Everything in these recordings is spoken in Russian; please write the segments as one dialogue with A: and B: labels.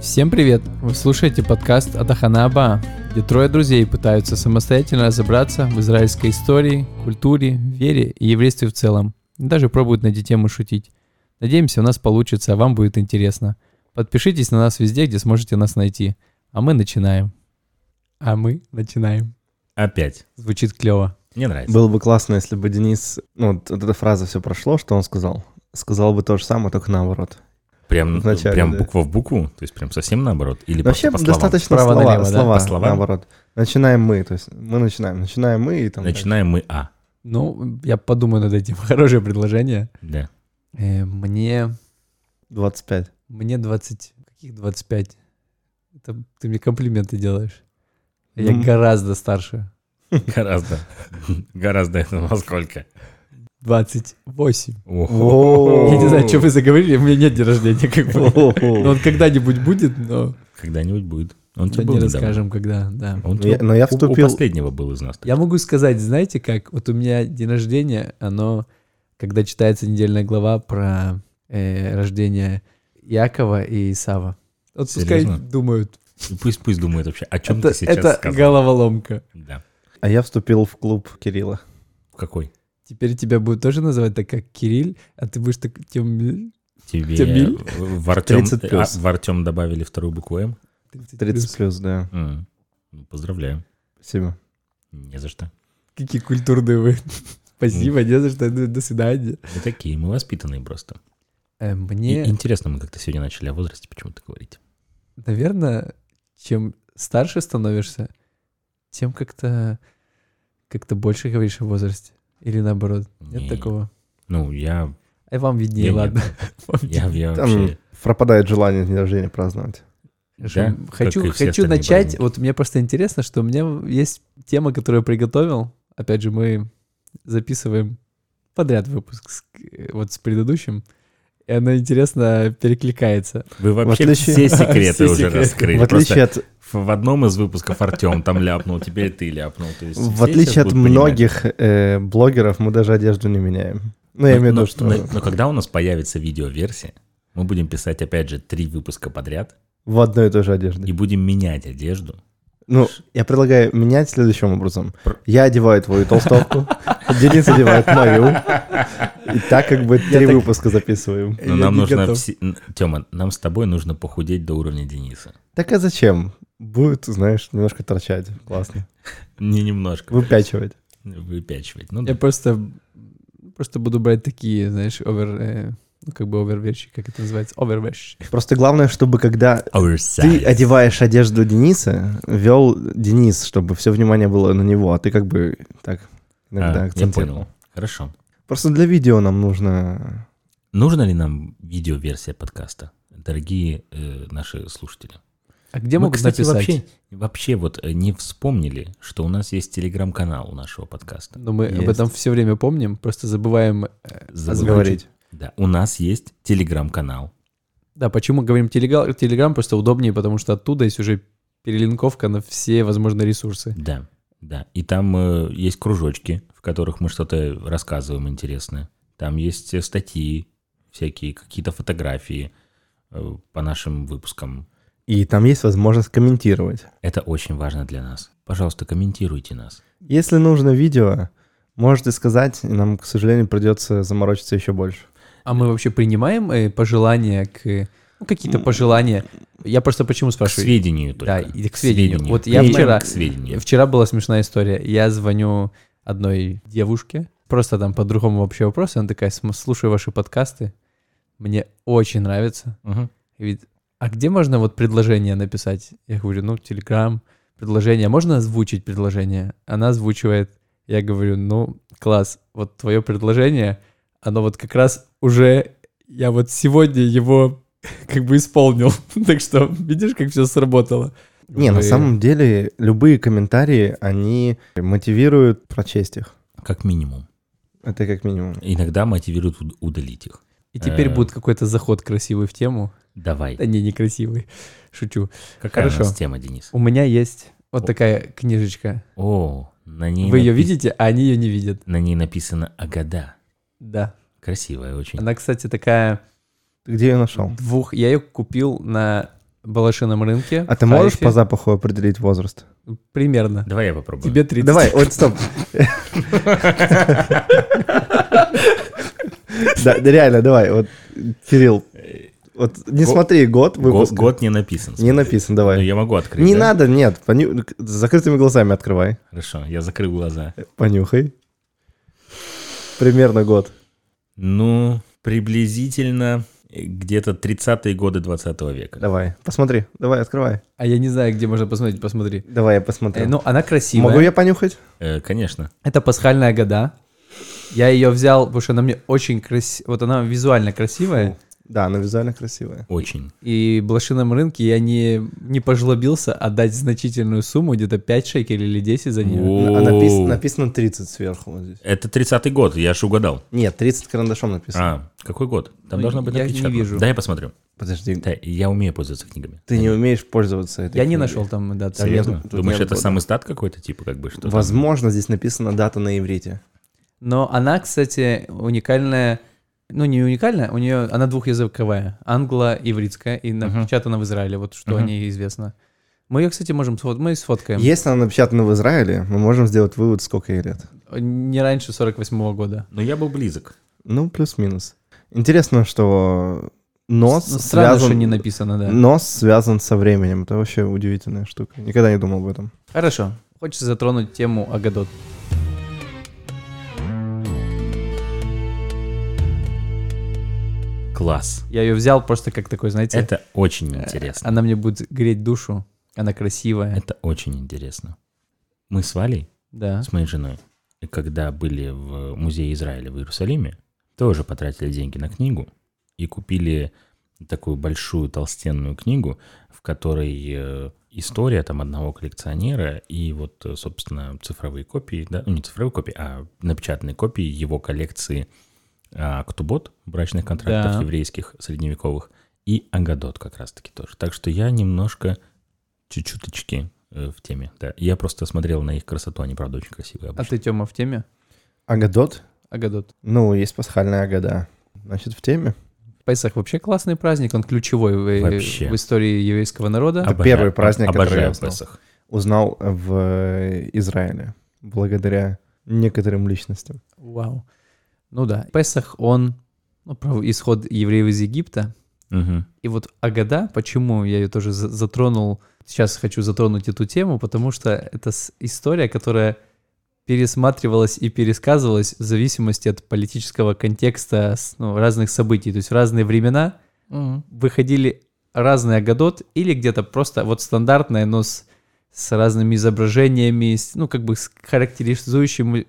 A: Всем привет! Вы слушаете подкаст Атахана Аба, где трое друзей пытаются самостоятельно разобраться в израильской истории, культуре, вере и еврействе в целом. И даже пробуют на эти темы шутить. Надеемся, у нас получится, а вам будет интересно. Подпишитесь на нас везде, где сможете нас найти. А мы начинаем. А мы начинаем.
B: Опять.
A: Звучит клево.
B: Мне нравится.
C: Было бы классно, если бы Денис, ну, вот эта фраза все прошло, что он сказал. Сказал бы то же самое, только наоборот.
B: Прям,
C: Вначале,
B: прям
C: да.
B: буква в букву, то есть прям совсем наоборот. Или
C: Вообще
B: просто по словам?
C: достаточно
A: Справа
C: слова,
A: налево, да?
C: слова,
B: По словам?
C: наоборот. Начинаем мы, то есть мы начинаем, начинаем мы и там.
B: Начинаем мы А.
A: Ну, я подумаю над этим. Хорошее предложение.
B: Да.
A: Э, мне...
C: так, 25.
A: Мне 20... Каких 25? Это ты мне комплименты делаешь. Я
C: Ну.
A: гораздо старше.
B: Гораздо. Гораздо это во сколько?
A: 28.
B: Ого.
A: Я не знаю, о чем вы заговорили, у меня нет дня рождения, как бы. Но
C: Ну,
A: он когда-нибудь будет, но
B: Когда-нибудь будет. Он
A: да
B: тебе
A: не
B: был недавно.
A: расскажем, когда, да.
B: Он
C: я-
B: тебе-
C: Но я
B: у- У
C: вступил...
B: последнего был из нас.
A: Я могу сказать, знаете как, вот у меня день рождения, оно, когда читается недельная глава про э, рождение Якова и Исава. Вот пускай
B: Серьезно?
A: думают.
B: И Пусть пусть думает вообще, о чем
A: Это,
B: ты сейчас
A: это
B: сказал.
A: головоломка.
B: Да.
C: А я вступил в клуб Кирилла.
B: В Какой?
A: Теперь тебя будут тоже называть так, как Кирилл, а ты будешь так... тем-
B: Тебе
A: Тебе?
B: в Артем,
C: 30 плюс.
B: а, в Артем добавили вторую букву М.
A: 30 плюс.
C: 30 плюс, да.
B: М. Ну, Поздравляю.
C: Спасибо.
B: Не за что.
A: Какие культурные вы. Спасибо, не за что, ну, до свидания.
B: Мы такие, мы воспитанные просто.
A: Э,
B: И
A: Мне...
B: интересно, мы как-то сегодня начали о возрасте почему-то говорить.
A: наверное, чем старше становишься, тем как-то как-то больше говоришь о возрасте. Или наоборот. Нет
B: Не.
A: такого.
B: Ну, я,
A: А вам виднее,
B: Я не-
A: ладно. Вам
B: я, я
C: Там
B: вообще...
C: пропадает желание день рождения праздновать.
A: Хорошо.
B: Да, как
A: Хочу,
B: и все
A: хочу
B: остальные
A: начать.
B: праздники.
A: Вот мне просто интересно, что у меня есть тема, которую я приготовил. Опять же, мы записываем подряд выпуск с- э, вот с предыдущим. И она интересно перекликается.
B: Вы вообще
C: отличие-
B: все секреты
A: Все
B: уже
A: секреты.
B: раскрыли.
C: в отличие от,
B: Просто в одном из выпусков Артем там ляпнул, теперь ты ляпнул. То есть
C: в
B: все
C: отличие
B: сейчас
C: от
B: будут понимать.
C: многих э, блогеров мы даже одежду не меняем. Ну, я имею в
B: но,
C: виду, что...
B: но- но когда у нас появится видеоверсия, мы будем писать, опять же, три выпуска подряд
C: В одной и той же одежде.
B: и будем менять одежду.
C: Ну, я предлагаю менять следующим образом.
B: Пр-
C: Я одеваю твою толстовку, Денис одевает мою. И так как бы три
A: так-
C: выпуска записываем.
B: Но
A: Я
B: нам
A: не
B: нужно...
A: готов.
B: Тема, нам с тобой нужно похудеть до уровня Дениса.
C: Так а зачем? Будет, знаешь, немножко торчать. Классно.
B: Не немножко.
C: Выпячивать.
B: Выпячивать. Ну,
A: Я
B: да.
A: просто просто буду брать такие, знаешь, овер, э, ну, как бы овервещи, как это называется, овервещи.
C: Просто главное, чтобы когда ты
B: Oversize.
C: одеваешь одежду Дениса, вел Денис, чтобы все внимание было на него, а ты как бы так иногда
B: А, Я
C: акцентировал.
B: понял. Хорошо.
C: Просто для видео нам нужно...
B: Нужна ли нам видеоверсия подкаста, дорогие э, наши слушатели?
A: А где
B: Мы,
A: могут
B: кстати,
A: написать?
B: Вообще, вообще вот э, не вспомнили, что у нас есть телеграм-канал у нашего подкаста.
A: Но ну, мы об
C: Есть.
A: этом все время помним, просто забываем. э,
B: Забыл.
C: говорить.
B: Да, у нас есть телеграм-канал.
A: Да, почему говорим телеграм, телеграм просто удобнее, потому что оттуда есть уже перелинковка на все возможные ресурсы.
B: Да, да. И там э, есть кружочки, в которых мы что-то рассказываем интересное. Там есть э, статьи всякие, какие-то фотографии э, по нашим выпускам.
C: И там есть возможность комментировать.
B: Это очень важно для нас. Пожалуйста, комментируйте нас.
C: Если нужно видео, можете сказать, и нам, к сожалению, придется заморочиться еще больше.
A: А мы вообще принимаем э, пожелания к... э, Ну, какие-то пожелания. Я просто почему
B: К
A: спрашиваю?
B: сведению только.
A: Да, и к сведению. Вот я
B: Принимаем
A: вчера-
B: К сведению.
A: Вчера была смешная история. Я звоню одной девушке, просто там по-другому вообще вопрос, и она такая, «См- слушаю ваши подкасты, мне очень нравится.
B: Мгм.
A: И говорит, а где можно вот предложение написать? Я говорю, ну, Телеграм, предложение. Можно озвучить предложение? Она озвучивает. Я говорю, ну, класс, вот твое предложение, оно вот как раз уже, я вот сегодня его как бы исполнил. так что, видишь, как все сработало.
C: Не, на
A: Вы-
C: самом деле, любые комментарии, они мотивируют прочесть их.
B: Как минимум.
C: Это как минимум.
B: Иногда мотивируют уд- удалить их.
A: И теперь
B: Э.
A: будет какой-то заход красивый в тему.
B: Давай.
A: Да не, некрасивый. Шучу.
B: Какая у
A: Хорошо.
B: нас тема, Денис?
A: У меня есть вот
B: О.
A: такая книжечка.
B: О, на ней
A: Вы ее
B: напи-
A: видите, а они ее не видят.
B: На ней написано «Агада».
A: Да.
B: Красивая очень.
A: Она, кстати, такая
C: Ты где ее нашел?
A: двух... Я ее купил на Балашином рынке.
C: А ты
A: в
C: можешь
A: Хайфе.
C: по запаху определить возраст?
A: Примерно.
B: Давай я попробую.
A: Тебе 30.
C: Давай, вот стоп. Да, да реально, давай, вот, Кирилл, вот не
B: Го-
C: смотри год
B: Го-
C: выпуска.
B: Год не написан.
C: Не
B: смотри.
C: написан,
B: Ну,
C: давай.
B: я могу открыть.
C: Не
B: да?
C: надо, нет, поню- с закрытыми глазами открывай,
B: Хорошо, я закрыл глаза.
C: понюхай. Примерно год.
B: Ну, приблизительно э, где-то 30-е годы 20 века.
C: Давай, посмотри, давай, открывай.
A: А я не знаю, где можно посмотреть, посмотри.
C: Давай я
A: Э,
C: посмотрю.
A: ну, она красивая.
C: Могу я понюхать?
B: Э, конечно.
A: Это пасхальная года. Я ее взял, потому что она мне очень красивая. Вот она визуально красивая.
C: Да, она визуально красивая.
B: Очень.
A: И в блошином рынке я не, не пожлобился отдать значительную сумму, где-то 5 шекелей или 10 за нее.
C: А напис-
B: Воу.
C: написано 30 сверху вот здесь.
B: Это 30-й год, я же угадал.
C: Нет, 30 карандашом написано.
B: А, какой год? Там
A: Ну,
B: должно быть
A: я не
B: напечатано.
A: вижу.
B: Да, я посмотрю.
A: А,
C: Подожди,
B: Да, я умею пользоваться книгами.
C: ты не умеешь пользоваться этой
A: Я не
C: книгой.
A: нашел там даты.
C: Там нет-
B: Серьезно?
C: тут
B: Думаешь,
C: нет
B: это
C: года.
B: сам издат какой-то, типа, как бы, что там?
C: Возможно, здесь написана дата на иврите.
A: Но она, кстати, уникальная. Ну, не уникальная, у нее она двухязыковая, англо-ивритская, и напечатана в Израиле, вот что о ней известно. Мы ее, кстати, можем сфоткать, мы её сфоткаем.
C: Если она напечатана в Израиле, мы можем сделать вывод, сколько ей лет.
A: Не раньше 48 года.
B: Ну, я был близок.
C: Ну, плюс-минус. Интересно, что
A: Но
B: Ну,
C: нос
A: Ну, Странно, что
C: связан...
A: не написано, да.
C: Нос связан со временем. Это вообще удивительная штука. Никогда не думал об этом.
A: Хорошо. Хочется затронуть тему Агадот.
B: Класс.
A: Я ее взял просто как такой, знаете,
B: Это очень интересно.
A: она мне будет греть душу. Она красивая.
B: Это очень интересно. Мы с Валей,
A: Да.
B: с моей женой, когда были в Музее Израиля в Иерусалиме, тоже потратили деньги на книгу и купили такую большую толстенную книгу, в которой э, история там одного коллекционера и вот, э, собственно, цифровые копии, да, ну не цифровые копии, а напечатанные копии его коллекции а, Ктубот, брачных контрактов
A: Да.
B: еврейских, средневековых, и Агадот как раз-таки тоже. Так что я немножко чуть-чуточки э, в теме, да. Я просто смотрел на их красоту, они, правда, очень красивые
A: А
B: обычно.
A: ты, Тёма, в теме?
C: Агадот?
A: Агадот.
C: Ну, есть пасхальная агада. Значит, в теме.
A: Песах вообще классный праздник, он ключевой в, э,
B: Вообще.
A: в истории еврейского народа.
C: Это первый праздник, который
B: обожаю
C: я узнал.
B: Песах.
C: Узнал в Израиле. Благодаря некоторым личностям.
A: Вау. Ну да, Песах, он ну, про исход евреев из Египта.
B: Мгм.
A: И вот Агада, почему я ее тоже за- затронул, сейчас хочу затронуть эту тему, потому что это с- история, которая пересматривалась и пересказывалась в зависимости от политического контекста с- ну, разных событий. То есть в разные времена выходили разные Агадот или где-то просто вот стандартная, но с, с разными изображениями, с- ну как бы с характеризующим, э,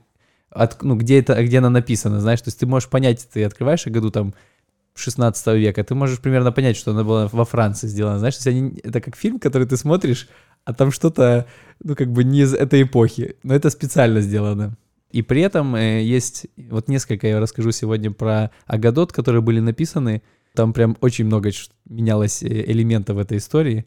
A: от- ну где это, где она написана, знаешь, то есть ты можешь понять, ты открываешь Агаду там 16 века, ты можешь примерно понять, что она была во Франции сделана, знаешь, то есть они, это как фильм, который ты смотришь, а там что-то, ну как бы не из этой эпохи, но это специально сделано. И при этом э, есть вот несколько, я расскажу сегодня про Агадот, которые были написаны. Там прям очень много ч- менялось э, элементов этой истории,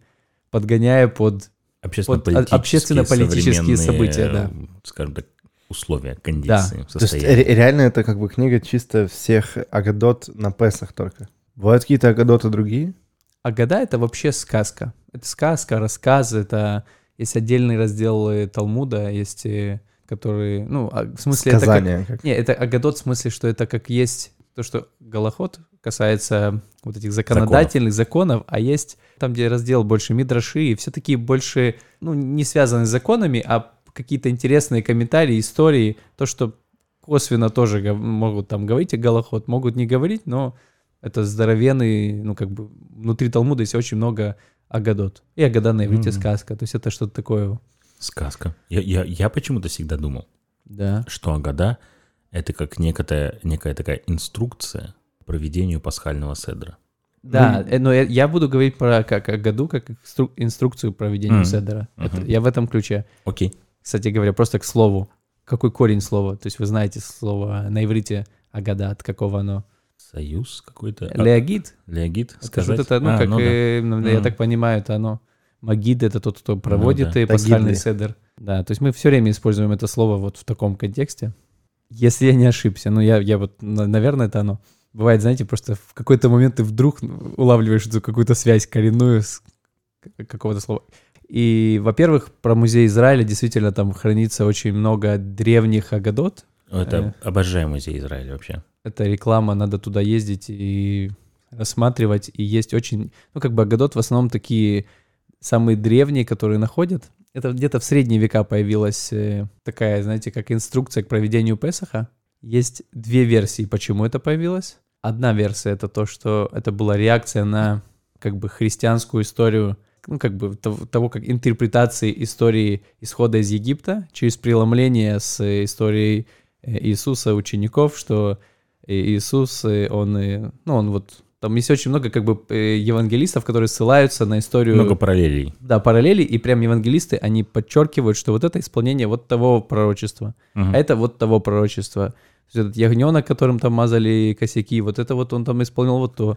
A: подгоняя под...
B: Общественно-политические,
A: общественно-политические
B: современные,
A: события, да.
B: э, Скажем так, условия, кондиции,
C: То есть
B: состояние.
C: ре- реально это как бы книга чисто всех агадот на Песах только. Бывают какие-то агадоты другие?
A: Агада — это вообще сказка. Это сказка, рассказ, это... Есть отдельный раздел э, Талмуда, есть э, которые... Ну, а- в смысле, это как...
C: Сказания. как-
A: Не, это агадот в смысле, что это как есть то, что голоход касается вот этих законодательных законов, а есть там, где раздел больше мидраши, и все такие больше, ну, не связаны с законами, а какие-то интересные комментарии, истории, то, что косвенно тоже гов- могут там говорить, и голоход могут не говорить, но это здоровенный, ну, как бы, внутри Талмуда есть очень много агадот. И агада на иврите
B: Мгм.
A: сказка, то есть это что-то такое,
B: Сказка. Я, я, я почему-то всегда думал,
A: да.
B: что Агада — это как некая, некая такая инструкция к проведению пасхального седра.
A: Да, э, но я, я буду говорить про как о году, как инстру- инструкцию проведения
B: Мгм.
A: седера. Это-
B: Мгм.
A: я в этом ключе.
B: Окей.
A: Кстати говоря, просто к слову. Какой корень слова? То есть вы знаете слово на иврите агада, от какого оно?
B: Союз какой-то. А,
A: Леогид?
B: Леогид
A: Это
B: сказать?
A: что это, ну,
B: А,
A: как,
B: да.
A: э, ну, я
B: Мгм.
A: так понимаю, это оно. Магид — это тот, кто проводит
B: Ну да.
A: и пасхальный
C: Тагидли.
A: седер. Да, то есть мы все время используем это слово вот в таком контексте. Если я не ошибся, ну, я, я вот, на- наверное, это оно. Бывает, знаете, просто в какой-то момент ты вдруг улавливаешь эту какую-то связь коренную с к- какого-то слова. И, во-первых, про музей Израиля действительно там хранится очень много древних агадот.
B: Это обожаю музей Израиля вообще.
A: Это реклама, надо туда ездить и рассматривать. И есть очень... Ну, как бы агадот в основном такие самые древние, которые находят. Это где-то в средние века появилась э, такая, знаете, как инструкция к проведению Песаха. Есть две версии, почему это появилось. Одна версия — это то, что это была реакция на как бы христианскую историю, ну, как бы тов- того, как интерпретации истории исхода из Египта через преломление с э, историей э, Иисуса учеников, что э, Иисус, э, он, э, ну, он вот... Там есть очень много как бы э, евангелистов, которые ссылаются на историю...
B: Много параллелей.
A: Да, параллели, и прям евангелисты, они подчеркивают, что вот это исполнение вот того пророчества,
B: Мгм.
A: а это вот того пророчества. То есть этот ягненок, которым там мазали косяки, вот это вот он там исполнил вот то.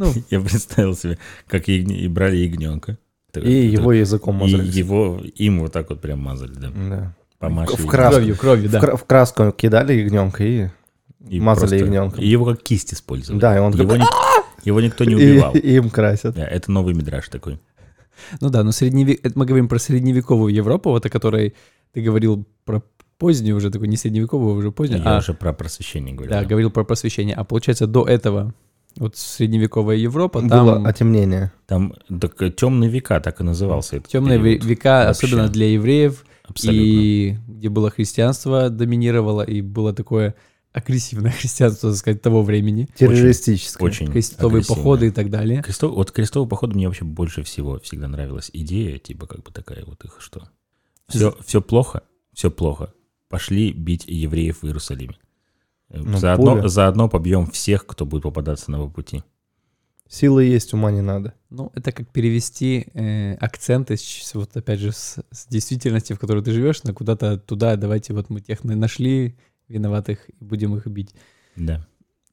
A: Ну,
B: Я представил себе, как ягне- и брали ягненка.
C: И его языком мазали.
B: его, им вот так вот прям мазали, да.
C: Да.
B: Помашь
C: В
B: и-
C: краску.
A: кровью, кровью,
C: В,
A: да.
C: кра- в краску кидали ягненка и...
B: и
C: мазали
B: просто-
C: ягненком.
B: И его как кисть использовали.
C: Да, и он
B: его,
C: такой,
B: ни- его никто не
C: и-
B: убивал.
C: и им красят.
B: Да, это новый мидраж такой.
A: Ну да, но средневе... это мы говорим про средневековую Европу, вот о которой ты говорил про позднюю уже, такую не средневековую, уже позднюю,
B: Я
A: а
B: уже про просвещение говорю.
A: да,
B: да.
A: говорил про просвещение. А получается до этого вот средневековая Европа, Ну, там...
C: Было отемнение.
B: Там так, темные века так и назывался этот
A: Темные
B: период.
A: века,
B: Вообще.
A: особенно для евреев,
B: Абсолютно.
A: и где было христианство доминировало, и было такое агрессивное христианство, так сказать, того времени,
C: Террористическое.
B: Очень
A: крестовые
B: агрессивно.
A: походы и так далее.
B: Кресто- Вот крестовый поход мне вообще больше всего всегда нравилась идея, типа как бы такая вот их что. Все, все плохо, все плохо. Пошли бить евреев в Иерусалиме. Э,
C: Ну,
B: заодно,
C: поле.
B: заодно побьем всех, кто будет попадаться на его пути.
C: Силы есть, ума не надо.
A: Ну, это как перевести э, акценты, с- вот опять же, с, с действительности, в которой ты живешь, на куда-то туда, давайте вот мы тех на- нашли виноватых и будем их бить.
B: Да.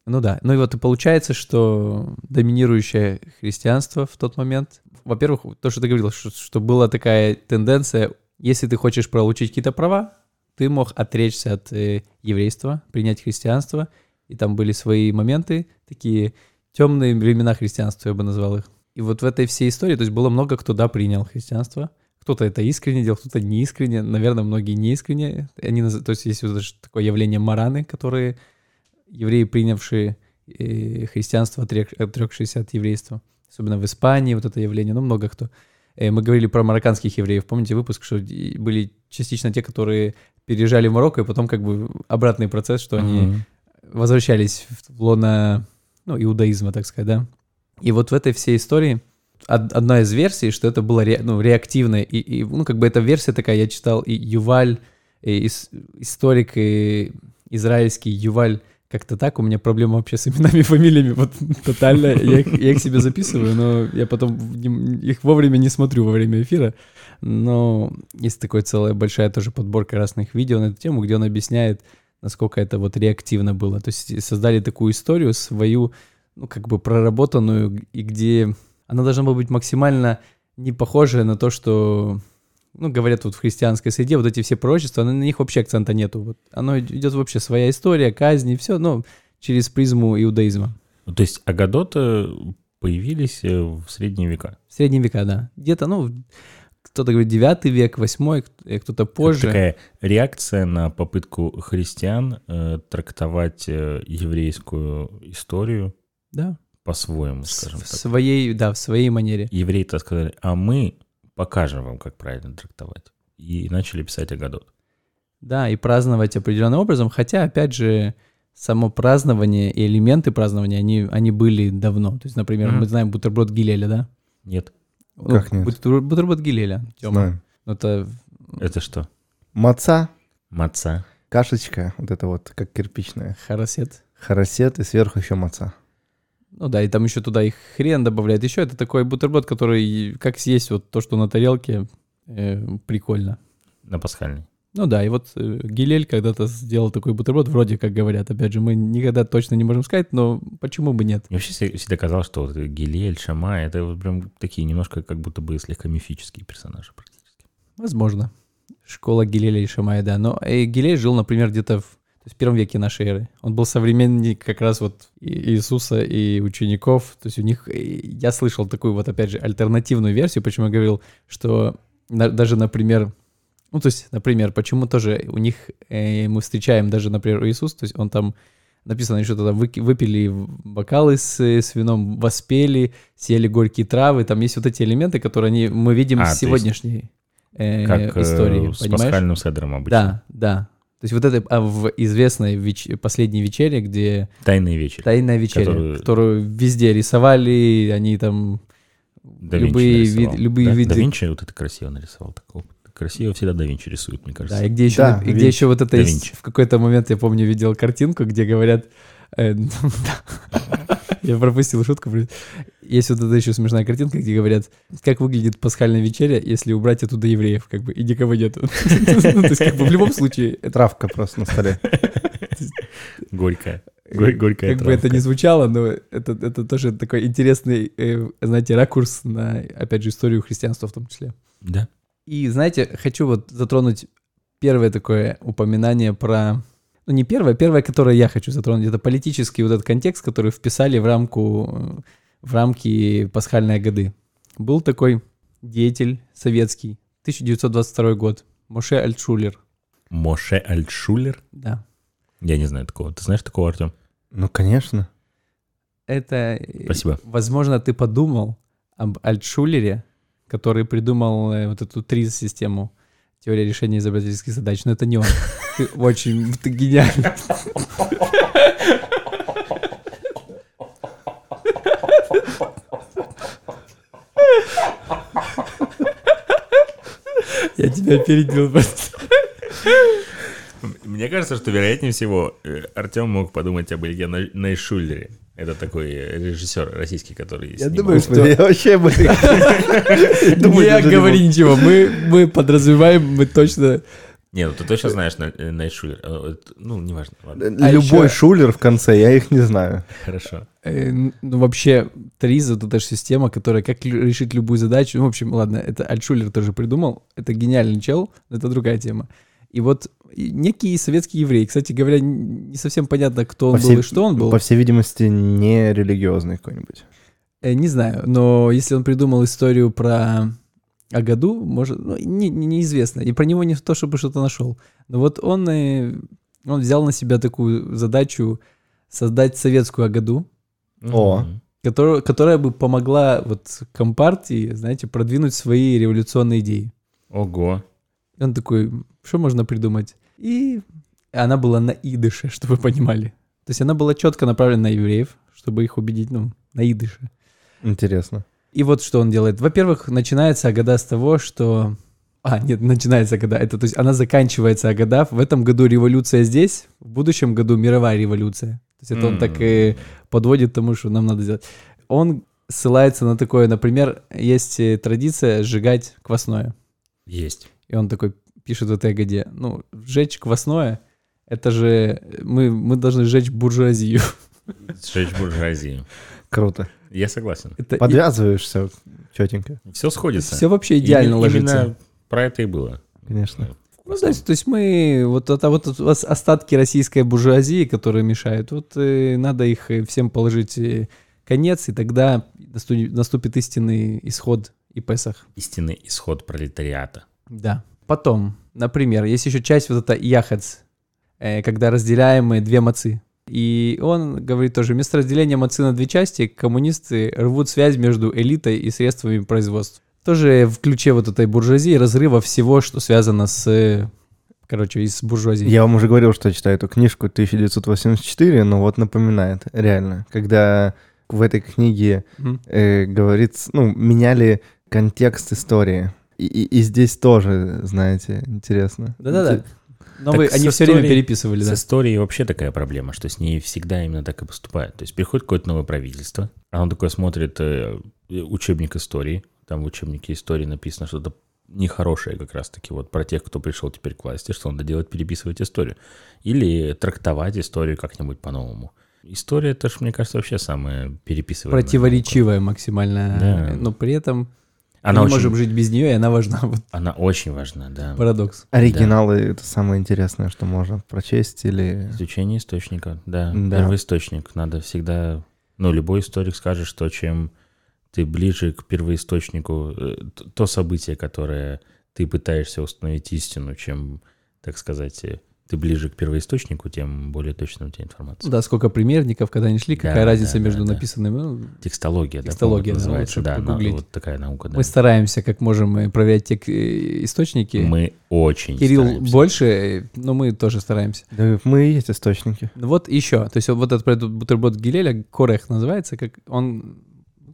A: Ну да, ну и вот и получается, что доминирующее христианство в тот момент, во-первых, то, что ты говорил, что, что была такая тенденция, если ты хочешь получить какие-то права, ты мог отречься от э, еврейства, принять христианство, и там были свои моменты, такие темные времена христианства, я бы назвал их. И вот в этой всей истории, то есть было много кто, да, принял христианство, кто-то это искренне делал, кто-то не искренне, наверное, многие не искренне, они, наз- то есть есть вот даже такое явление мараны, которые евреи, принявшие э, христианство, отрек- отрекшиеся от еврейства. Особенно в Испании вот это явление, ну, много кто. Э, Мы говорили про марокканских евреев, помните выпуск, что и были частично те, которые переезжали в Марокко, и потом как бы обратный процесс, что они
B: Мгм.
A: возвращались в- в лоно ну, иудаизма, так сказать, да. И вот в этой всей истории од- одна из версий, что это было ре- ну, реактивное, и, и, ну, как бы эта версия такая, я читал, и Юваль, и ис- историк, и израильский Юваль, как-то так, у меня проблема вообще с именами и фамилиями, вот тотально, я их, я их себе записываю, но я потом в- не- их вовремя не смотрю во время эфира, но есть такая целая большая тоже подборка разных видео на эту тему, где он объясняет, насколько это вот реактивно было, то есть создали такую историю свою, ну, как бы проработанную, г- и где она должна была быть максимально не похожая на то, что, ну, говорят вот в христианской среде, вот эти все пророчества, на на них вообще акцента нету. Вот оно ид- идет вообще своя история, казни, все, ну, через призму иудаизма.
B: Ну, То есть агадоты появились э, в средние века.
A: В средние века, да. Где-то, ну, кто-то говорит 9 век, 8, кто-то позже.
B: Это такая реакция на попытку христиан э, трактовать э, еврейскую историю
A: Да,
B: по-своему,
A: в,
B: скажем
A: в
B: так.
A: своей, да, в своей манере.
B: евреи-то сказали, а мы покажем вам, как правильно трактовать. И начали писать Агадот.
A: Да, и праздновать определенным образом, хотя, опять же, само празднование и элементы празднования, они, они были давно. То есть, например,
B: Мгм.
A: мы знаем бутерброд Гилеля, да?
B: Нет,
A: Ну,
C: Как нет?
A: бутер- бутерброд Гилеля. Тёма.
C: Знаю.
A: Ну, это
B: это что?
C: Маца,
B: Маца.
C: кашечка, вот это вот, как кирпичная.
A: харасет.
C: Харасет и сверху еще маца.
A: Ну да, и там еще туда и хрен добавляют. Еще это такой бутерброд, который как съесть вот то, что на тарелке, э, прикольно.
B: На пасхальный.
A: Ну да, и вот э, Гилель когда-то сделал такой бутерброд, вроде как говорят. Опять же, мы никогда точно не можем сказать, но почему бы нет?
B: Мне вообще все- всегда казалось, что вот Гилель, Шама, это вот прям такие немножко как будто бы слегка мифические персонажи практически.
A: Возможно. Школа Гилеля и Шамая, да. Но э, Гилель жил, например, где-то в... То в первом веке нашей эры. Он был современник как раз вот и- Иисуса и учеников. То есть у них, э, я слышал такую вот, опять же, альтернативную версию, почему я говорил, что на- даже, например, ну, то есть, например, почему тоже у них э, мы встречаем даже, например, Иисус, то есть он там написано, они что-то там выки- выпили в- бокалы с, э, с вином, воспели, съели горькие травы. Там есть вот эти элементы, которые они, мы видим
B: А, то
A: с
B: есть
A: сегодняшней э,
B: Как э,
A: истории.
B: с
A: понимаешь?
B: пасхальным седром обычно.
A: Да, да. То есть вот это а, в известной веч- последней вечере, где
B: Тайные вечери.
A: тайная вечеря,
B: Которую-
A: которую везде рисовали, они там
B: Да Винчи
A: любые, вид-
B: нарисовал,
A: любые
B: да?
A: виды.
B: Да Винчи вот это красиво нарисовал. Такого. Красиво всегда Да Винчи рисует, мне кажется.
A: Да, и где еще,
C: Да,
A: и
C: Винчи.
A: где еще вот это
B: Да
A: есть,
B: Винчи.
A: в какой-то момент, я помню, видел картинку, где говорят... э, да. Я пропустил шутку. блин. Есть вот эта еще смешная картинка, где говорят, как выглядит пасхальная вечеря, если убрать оттуда евреев, как бы, и никого нету. Ну, То есть, как бы, в любом случае, это-
C: Травка просто на столе.
B: Горькая. Горь- горькая
A: э, как бы это
B: травка.
A: ни звучало, но это, это тоже такой интересный, э, знаете, ракурс на, опять же, историю христианства в том числе.
B: Да.
A: И, знаете, хочу вот затронуть первое такое упоминание про... Ну, не первое, первое, которое я хочу затронуть, это политический вот этот контекст, который вписали в рамку, э, в рамки пасхальной годы. Был такой деятель советский, 1922 год, Моше Альтшулер,
B: Моше Альтшулер.
A: да.
B: Я не знаю такого. Ты знаешь такого, Артем?
C: Ну, конечно.
A: Это, э,
B: Спасибо.
A: возможно, ты подумал об Альтшулере, который придумал э, вот эту ТРИЗ-систему, теория решения изобретательских задач, но это не он. Ты очень ты гениально. Я тебя опередил просто.
B: Мне кажется, что вероятнее всего Артем мог подумать об Илье Най- Найшулере. Это такой режиссер российский, который
A: Я
B: снимал.
A: думаю, что-
C: Я вообще бы... Думаю,
A: Не
C: даже не
A: говори
C: буду.
A: ничего, мы, мы подразумеваем, мы точно...
B: Не, ну ты точно знаешь Най- э, Найшулер. Э, это- Ну, неважно. Ладно,
A: А
C: Любой
A: ещё-
C: шулер в конце, я их не знаю.
B: хорошо.
A: Э, Ну, вообще, ТРИЗ — это даже система, которая как лю- решить любую задачу. Ну, в общем, ладно, это Альтшулер тоже придумал. Это гениальный чел, но это другая тема. И вот и некий советский еврей, кстати говоря, н- не совсем понятно, кто он
C: По
A: был
C: всей-
A: и что он был.
C: По всей видимости, не религиозный какой-нибудь.
A: Э, Не знаю, но если он придумал историю про о году, может, ну, не- не- неизвестно. И про него не то, чтобы что-то нашел. Но вот он, э, он взял на себя такую задачу создать советскую Агаду,
C: О.
B: Мгм.
A: которая, которая бы помогла вот компартии, знаете, продвинуть свои революционные идеи.
B: Ого.
A: И он такой, что можно придумать? И она была на идыше, чтобы вы понимали. То есть она была четко направлена на евреев, чтобы их убедить, ну, на идыше.
C: Интересно.
A: И вот что он делает. Во-первых, начинается Агада с того, что... А, нет, начинается Агада. Это, то есть она заканчивается Агада. В этом году революция здесь, в будущем году мировая революция. То есть это он так и подводит к тому, что нам надо сделать. Он ссылается на такое, например, есть э, традиция сжигать квасное.
B: Есть.
A: И он такой пишет в этой Агаде, ну, сжечь квасное, это же э, мы, мы должны сжечь буржуазию.
B: Сжечь буржуазию.
C: Круто.
B: Я согласен.
A: Это
C: Подвязываешься четенько,
B: Все сходится.
A: все вообще идеально
B: Именно-
A: ложится.
B: Именно про это и было.
C: конечно.
A: Ну, то есть, то есть мы, вот это вот у вас остатки российской буржуазии, которые мешают, вот э, надо их э, всем положить э, конец, и тогда насту- наступит истинный исход и Песах.
B: Истинный исход пролетариата.
A: Да. Потом, например, есть еще часть вот эта яхац, э, когда разделяемые две мацы. И он говорит тоже, вместо разделения мацы на две части, коммунисты рвут связь между элитой и средствами производства. Тоже в ключе вот этой буржуазии разрыва всего, что связано с, э, короче, и с буржуазией.
C: Я вам уже говорил, что я читаю эту книжку 1984, но вот напоминает, реально. Когда в этой книге
A: Мгм.
C: э, говорит, ну, меняли контекст истории. И, и- и здесь тоже, знаете, интересно.
A: Да-да-да. Но
B: Ну, Так
A: вы,
B: с
A: они все время
B: историей-
A: переписывали,
B: С
A: да.
B: историей вообще такая проблема, что с ней всегда именно так и поступают. То есть приходит какое-то новое правительство, а он такое смотрит э, учебник истории, там в учебнике истории написано что-то нехорошее как раз-таки вот про тех, кто пришел теперь к власти, что надо делать, переписывать историю. Или трактовать историю как-нибудь по-новому. История, это ж, мне кажется, вообще самая переписываемая.
A: Противоречивая максимально.
B: Да.
A: Но при этом
B: Она
A: мы
B: очень,
A: не можем жить без нее, и она важна. Вот
B: она очень важна, да.
A: парадокс.
C: Оригиналы это самое интересное, что можно прочесть или...
B: Изучение источника, да.
C: Да.
B: Первый источник. Надо всегда... Ну, любой историк скажет, что чем ты ближе к первоисточнику, э, т- то событие, которое ты пытаешься установить истину, чем, так сказать, э, ты ближе к первоисточнику, тем более точно у тебя информация.
A: Ну Да, сколько примерников, когда они шли,
B: Да,
A: какая разница
B: да, да,
A: между
B: да.
A: написанным. ну,
B: Текстология, да,
A: Текстология,
B: по-моему,
A: да,
B: это называется,
A: лучше
B: да, на-
A: погуглить.
B: вот такая наука, да.
A: Мы стараемся, как можем, э, проверять те э, источники.
B: Мы очень
A: Кирилл
B: стараемся.
A: больше, э, но мы тоже стараемся.
C: Да мы и есть источники.
A: Ну Вот еще. То есть вот этот про этот бутерброд Гилеля, Корех называется, как он...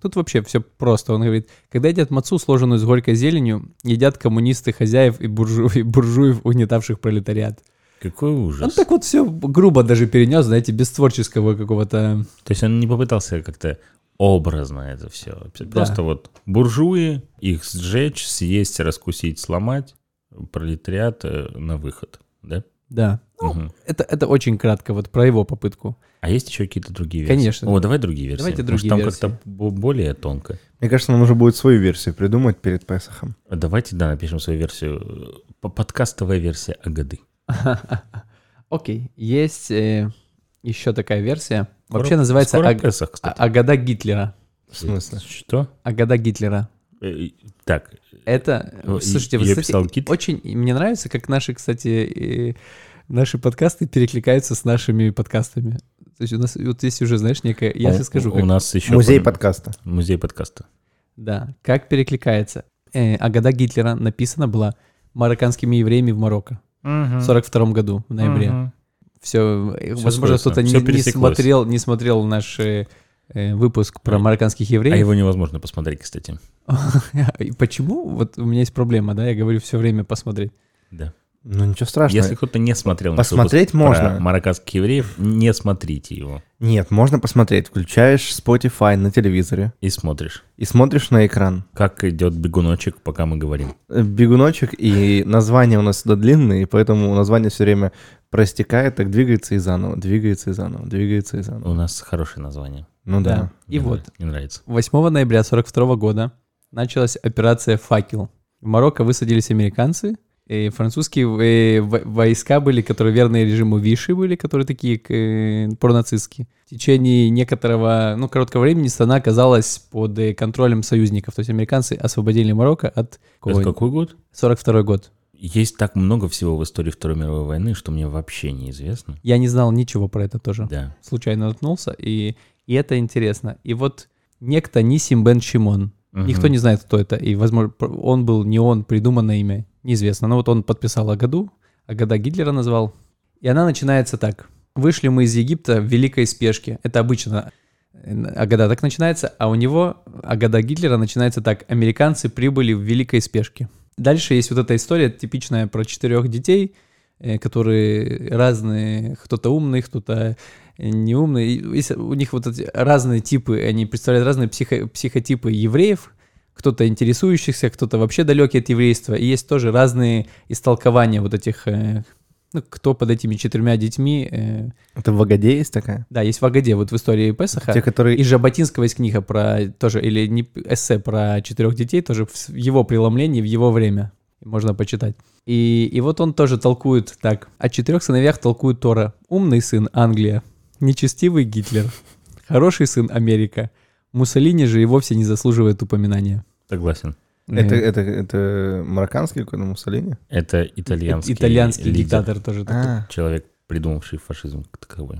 A: Тут вообще все просто. Он говорит, когда едят мацу, сложенную с горькой зеленью, едят коммунисты, хозяев и, буржу... и буржуев, угнетавших пролетариат.
B: Какой ужас.
A: Он так вот все грубо даже перенес, знаете, без творческого какого-то...
B: То есть он не попытался как-то образно это все. Просто вот буржуи, их сжечь, съесть, раскусить, сломать, пролетариат э, на выход, да?
A: Да. Ну,
B: Мгм.
A: это, это очень кратко вот про его попытку.
B: А есть еще какие-то другие версии?
A: Конечно.
B: О, давай другие версии.
A: Давайте
B: потому что
A: другие
B: там как-то бо- более тонко.
C: Мне кажется, нам нужно будет свою версию придумать перед Песохом.
B: Давайте, да, напишем свою версию. э, по- Подкастовая версия Агады.
A: Окей. Есть еще такая версия. Вообще
B: Скоро-
A: называется
B: скоро
A: «Аг-
B: Песах, кстати.
A: «А- «Агада Гитлера».
C: В смысле?
B: Что?
A: «Агада Гитлера».
B: Э, и- Так,
A: Это,
B: О, и-
A: слушайте, вы
B: её
A: кстати,
B: писал Кит?
A: очень и мне нравится, как наши, кстати, и наши подкасты перекликаются с нашими подкастами. То есть у нас вот есть уже, знаешь, некое, я
B: у-
A: сейчас скажу,
B: У
A: как-
B: нас еще...
C: Музей
B: помимо-
C: подкаста.
B: Музей подкаста.
A: да, как перекликается. Э, «Агада Гитлера» написана была марокканскими евреями в Марокко в сорок втором году, в ноябре.
B: Мгм.
A: Все, э, возможно,
B: сходится,
A: кто-то не,
B: всё
A: не
B: пересеклось.
A: смотрел, не смотрел наш э, э, выпуск про
B: А-
A: марокканских
B: А
A: евреев.
B: его невозможно посмотреть, кстати.
A: И Почему? Вот у меня есть проблема, да, я говорю все время посмотреть.
B: Да.
C: Ну ничего страшного.
B: Если кто-то не смотрел наш
C: Посмотреть
B: выпуск про
C: можно.
B: марокканских евреев, не смотрите его.
C: Нет, можно посмотреть. Включаешь Spotify на телевизоре
B: И смотришь,
C: и смотришь на экран.
B: как идет бегуночек, пока мы говорим.
C: Э, Бегуночек, и название у нас сюда длинное, и поэтому название все время простекает, так двигается и заново, двигается и заново, двигается и заново.
B: У нас хорошее название.
C: Ну да.
A: И
B: Мне
A: вот,
B: нрав- Мне нравится.
A: 8 ноября 1942 года началась операция «Факел». В Марокко высадились американцы, и французские э, во- войска были, которые верные режиму Виши были, которые такие э, пронацистские. В течение некоторого, ну, короткого времени страна оказалась под э, контролем союзников. То есть американцы освободили Марокко от...
B: Это какой год?
A: 42 год.
B: Есть так много всего в истории Второй мировой войны, что мне вообще неизвестно.
A: Я не знал ничего про это тоже.
B: Да.
A: Случайно наткнулся, и, и это интересно. И вот некто Нисим Бен Шимон,
B: Мгм.
A: Никто не знает, кто это. И, возможно, пр- он был не он, придуманное имя, неизвестно. Но вот он подписал Агаду, Агада Гитлера назвал. И она начинается так. «Вышли мы из Египта в великой спешке». Это обычно э, Агада так начинается, а у него Агада Гитлера начинается так. «Американцы прибыли в великой спешке». Дальше есть вот эта история типичная про четырех детей, э, которые разные, кто-то умный, кто-то э, неумный. И если У них вот эти разные типы, они представляют разные психо- психотипы евреев, кто-то интересующихся, кто-то вообще далекий от еврейства. И есть тоже разные истолкования вот этих, э, ну, кто под этими четырьмя детьми. э.
C: Это в Агаде есть такая?
A: Да, есть в Агаде, вот в истории Песаха.
C: Те, которые...
A: И Жаботинского есть книга про тоже, или не, п- эссе про четырех детей, тоже в с- в его преломлении, в его время. Можно почитать. И, и вот он тоже толкует так. О четырех сыновьях толкует Тора. Умный сын Англия. Нечестивый Гитлер. Хороший сын Америка. Муссолини же и вовсе не заслуживает упоминания.
B: Согласен.
C: Это,
A: Э,
C: это, это марокканский какой-то Муссолини?
B: Это итальянский,
A: итальянский
B: лидер,
A: диктатор тоже. такой.
C: А,
B: Человек, придумавший фашизм как таковой.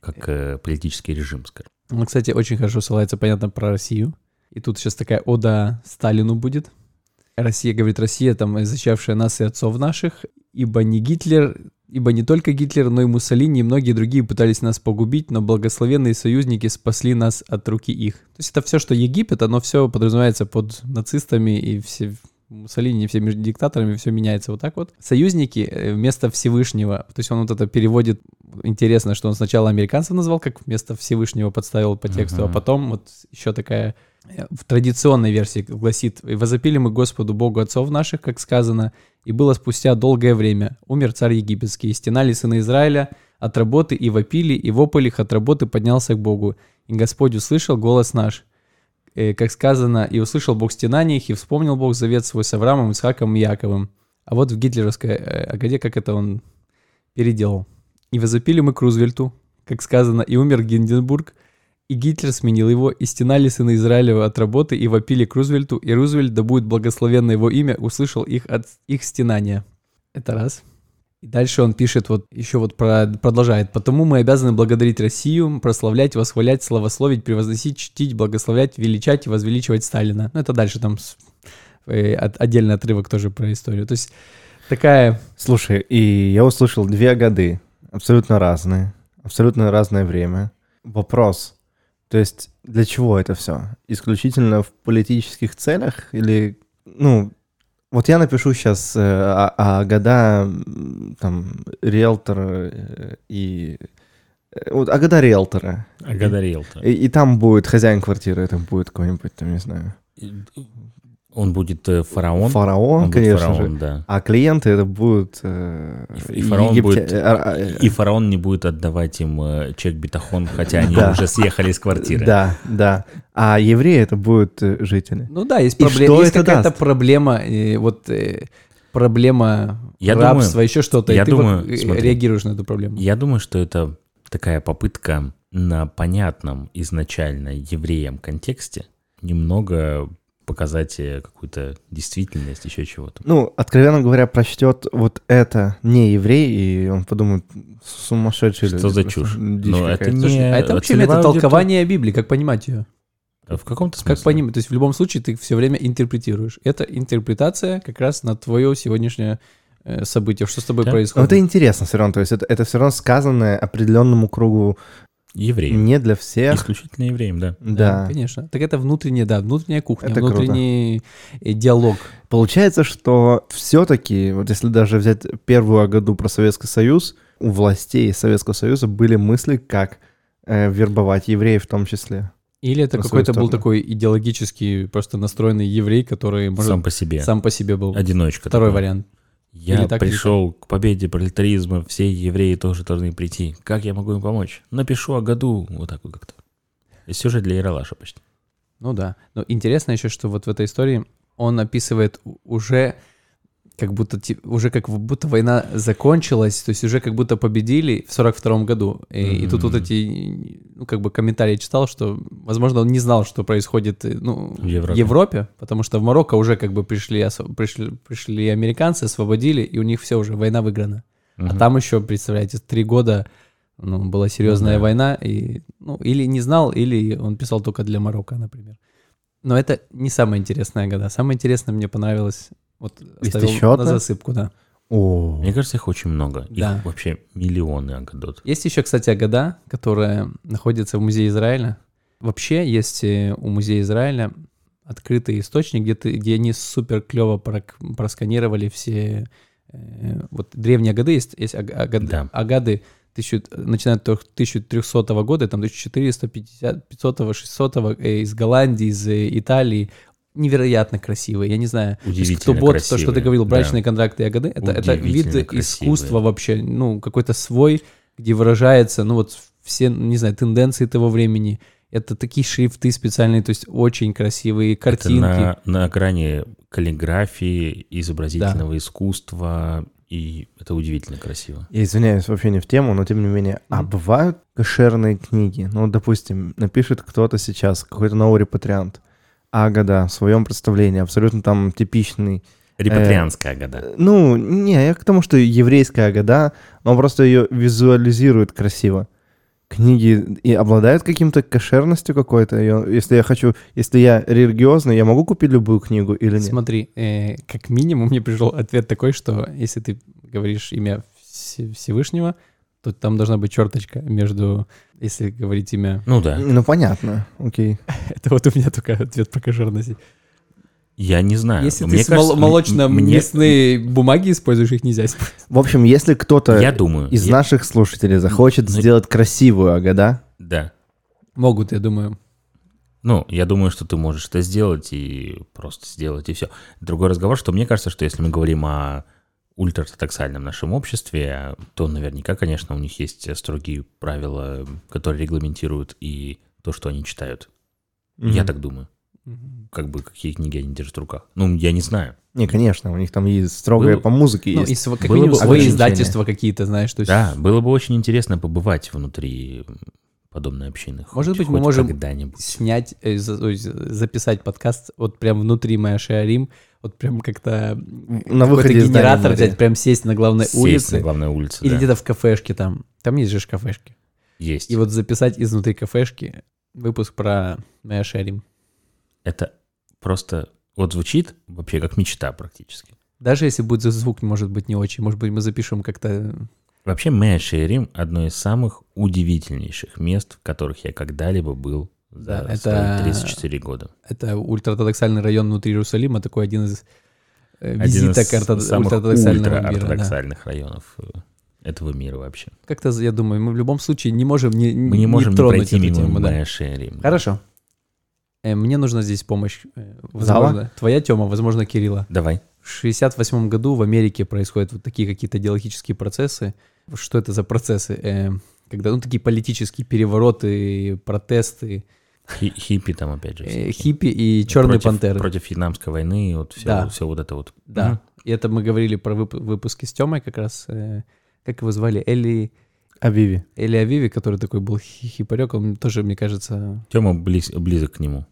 B: Как э, политический режим, скажем.
A: Он, Ну, кстати, очень хорошо ссылается, понятно, про Россию. И тут сейчас такая ода Сталину будет. Россия, говорит, Россия, там, защищавшая нас и отцов наших, ибо не Гитлер, ибо не только Гитлер, но и Муссолини и многие другие пытались нас погубить, но благословенные союзники спасли нас от руки их. То есть это все, что Египет, оно все подразумевается под нацистами и все Муссолини и всеми диктаторами, все меняется вот так вот. Союзники э, вместо Всевышнего, то есть он вот это переводит, интересно, что он сначала американцев назвал, как вместо Всевышнего подставил по тексту, а
B: Мгм.
A: потом вот еще такая э, в традиционной версии гласит «И «Возопили мы Господу Богу отцов наших, как сказано, и было спустя долгое время. Умер царь египетский, и стенали сына Израиля от работы, и вопили, и вопль их от работы поднялся к Богу. И Господь услышал голос наш, э, как сказано, «И услышал Бог стенаний их, и вспомнил Бог завет свой с Авраамом, Исхаком и Яковым». А вот в гитлеровской э, «Агаде» как это он переделал. «И возопили мы к Рузвельту, как сказано, и умер Гинденбург, и Гитлер сменил его, и стенали сына Израилева от работы, и вопили к Рузвельту, и Рузвельт, да будет благословенно его имя, услышал их от их стенания». Это раз. И дальше он пишет, вот еще вот про- продолжает. «Потому мы обязаны благодарить Россию, прославлять, восхвалять, славословить, превозносить, чтить, благословлять, величать и возвеличивать Сталина». Ну, это дальше там с- э, от- отдельный отрывок тоже про историю. То есть такая...
C: Слушай, и я услышал две годы, абсолютно разные, абсолютно разное время. Вопрос, то есть для чего это все? Исключительно в политических целях или, ну, вот я напишу сейчас а, а года м, там риэлтор э, и э, вот а года риэлтора
B: Агадарел-то.
C: и, и там будет хозяин квартиры, там будет какой-нибудь там не знаю
B: Он будет э, фараон.
C: фараон,
B: Он будет
C: конечно же,
B: фараон, да.
C: а клиенты это будут э,
B: И- и фараон
C: египтя-
B: будет-
C: э, а, э,
B: И фараон не будет отдавать им э, чек битахон, хотя они
C: Да.
B: уже съехали из квартиры.
C: Да, да. А евреи это будут э, жители.
A: Ну да, есть,
C: И
A: пробле-
C: что
A: есть
C: это
A: какая-то
C: даст?
A: проблема, э, вот э, проблема
B: Я
A: рабства, еще что-то.
B: я
A: и ты вот,
B: думаю,
A: э,
B: смотри.
A: реагируешь на эту проблему.
B: Я думаю, что это такая попытка на понятном изначально евреям контексте немного показать э, какую-то действительность, еще чего-то.
C: Ну, откровенно говоря, прочтет вот это не еврей, и он подумает, сумасшедший.
B: Что
C: люди,
B: за
C: просто
B: чушь?
C: дичь
B: Ну, это
C: какая-то».
B: не-
A: Слушай, а это вообще
B: целевая
A: это
B: аудитория.
A: толкование Библии, как понимать ее?
B: А В каком-то смысле.
A: Как понимать? То есть в любом случае ты все время интерпретируешь. Это интерпретация как раз на твое сегодняшнее э, событие, что с тобой
B: Да.
C: Но
A: происходит.
C: Ну, это интересно все равно, то есть это, все равно сказанное определенному кругу
B: Евреям.
C: не для всех.
B: Исключительно евреям, да.
C: Да.
A: Конечно. Так это внутренняя, да, внутренняя кухня,
C: Это круто.
A: внутренний э, диалог.
C: Получается, что все-таки, вот если даже взять первую году про Советский Союз, у властей Советского Союза были мысли, как э, вербовать евреев в том числе.
A: Или это
C: На свою
A: какой-то был
C: сторону.
A: такой идеологически просто настроенный еврей, который, может,
B: Сам
A: сам,
B: по себе.
A: по себе был.
B: Одиночка.
A: Второй
B: такой.
A: вариант.
B: Я
A: Или так, или
B: пришел к победе пролетаризма, все евреи тоже должны прийти. Как я могу им помочь? Напишу о году. Вот так вот как-то. Сюжет для Ералаша почти.
A: Ну да. Но интересно еще, что вот в этой истории он описывает у- уже как будто ти- уже как в- будто война закончилась, то есть уже как будто победили в сорок втором году. И, и тут вот
B: Мгм.
A: эти ну как бы комментарии читал, что возможно он не знал, что происходит э, ну
B: В Европе.
A: потому что в Марокко уже как бы пришли осо- пришли пришли американцы, освободили, и у них все уже война выиграна. А
B: Мгм.
A: там еще, представляете, три года ну, была серьезная
B: да.
A: война, и, ну, или не знал, или он писал только для Марокко, например. Но это не самая интересная года. Самое интересное мне понравилось... Вот
C: Есть
A: оставил
C: еще
A: на
C: одна?
A: засыпку, да.
C: О,
B: Мне кажется, их очень много.
A: Да.
B: Их вообще миллионы агадот.
A: Есть еще, кстати, года, которая находится в Музее Израиля. Вообще есть э, у Музея Израиля открытый источник, где, ты, где они супер клево просканировали все... э, Вот древние годы есть, есть аг- агады,
B: Да.
A: агады тысячу- начиная от трех- 1300 года, там 1450, 500, 600 э, из Голландии, из э, Италии. Невероятно красивые, я не знаю. То есть
B: Удивительно
A: кто бот, то, что ты
B: красивые,
A: говорил,
B: да.
A: брачные контракты и агады, это, это
B: Удивительно
A: виды
B: красивые.
A: искусства вообще, ну, какой-то свой, где выражается, ну, вот все, не знаю, тенденции того времени. Это такие шрифты специальные, то есть очень красивые
B: Это
A: картинки.
B: на, на грани каллиграфии, изобразительного искусства, и это удивительно красиво.
C: Я извиняюсь, вообще не в тему, но тем не менее. А
A: Мгм.
C: бывают кошерные книги? Ну, допустим, напишет кто-то сейчас, какой-то новый репатриант. А, Агада в своем представлении, абсолютно там типичный.
A: Э,
B: Репатрианская года.
C: Э, Ну, не, я к тому, что еврейская Агада, но он просто ее визуализирует красиво. Книги и обладают каким-то кошерностью какой-то. Её- Если я хочу, если я религиозный, я могу купить любую книгу или нет?
A: Смотри, э, как минимум мне пришел ответ такой, что если ты говоришь имя Вс- Всевышнего, то там должна быть черточка между, если говорить имя.
B: Ну да.
C: Ну, понятно, окей.
A: Это вот у меня только ответ про кошерность.
B: Я не знаю.
A: Если
B: А, ну, Мне
A: ты
B: кажется, м- м- мне-
A: молочно-мясные бумаги используешь, их нельзя использовать.
C: В общем, если кто-то
B: Я думаю.
C: из
B: я-
C: наших слушателей захочет
B: Ну,
C: сделать красивую Агада,
B: Да.
A: Могут, я думаю.
B: Ну, я думаю, что ты можешь это сделать и просто сделать, и все. Другой разговор, что мне кажется, что если мы говорим о ультратаксальном нашем обществе, то наверняка, конечно, у них есть строгие правила, которые регламентируют и то, что они читают. Я
C: Мгм.
B: так думаю. как бы какие книги они держат в руках. Ну, я не знаю.
C: Не, конечно, у них там и строгая
B: Было-
C: по музыке
A: Ну,
C: есть.
A: и св- как
B: Было
A: минимум
B: бы
A: свои
C: очень
A: издательства какие-то, знаешь, то есть...
B: Да, было бы очень интересно побывать внутри подобной общины.
A: Может
B: хоть-
A: быть, мы
B: хоть
A: можем
B: когда-нибудь.
A: снять, э, за- ой, за- записать подкаст вот прям внутри Моя Шиарим, вот прям как-то
C: На
A: какой-то
C: выходе из здания
A: генератор
C: моря.
A: взять, прям сесть на главной
B: Сесть
A: улице
B: на главной улице,
A: или
B: да.
A: где-то в кафешке там. Там есть же ж кафешки.
B: Есть.
A: И вот записать изнутри кафешки выпуск про Моя Шиарим.
B: Это просто... Вот звучит вообще как мечта практически.
A: Даже если будет за- звук, может быть, не очень, может быть, мы запишем как-то... э,
B: Вообще, Мэши Рим — одно из самых удивительнейших мест, в которых я когда-либо был
A: Да,
B: за
A: это-
B: свои 34 года.
A: Это ультраортодоксальный район внутри Иерусалима, такой один из э,
B: Один
A: визиток
B: из
A: орто-
B: самых
A: ультраортодоксального мира. да.
B: ультраортодоксальных районов э, этого мира вообще.
A: Как-то, я думаю, мы в любом случае не можем не,
B: Мы не можем не
A: тронуть
B: пройти
A: эту
B: мимо
A: тему. да.
B: Мэши Рим.
A: Хорошо. Э, Мне нужна здесь помощь. э,
C: Зала?
A: возможно, Твоя тема, возможно, Кирилла.
B: Давай.
A: В 68 году в Америке происходят вот такие какие-то идеологические процессы. Что это за процессы? Э, Когда, ну, такие политические перевороты, протесты,
B: Хи- Хиппи там опять же.
A: э,
B: всякие.
A: хиппи и черные
B: против,
A: пантеры.
B: Против вьетнамской войны и вот все,
A: Да.
B: все вот это вот.
A: Да.
B: Мгм.
A: И это мы говорили про вып- выпуски с Тёмой как раз. э, Как его звали? Эли,
C: Авиви.
A: Эли Авиви, который такой был хи- хипарек. Он тоже, мне кажется,
B: Тема близ- близок к нему.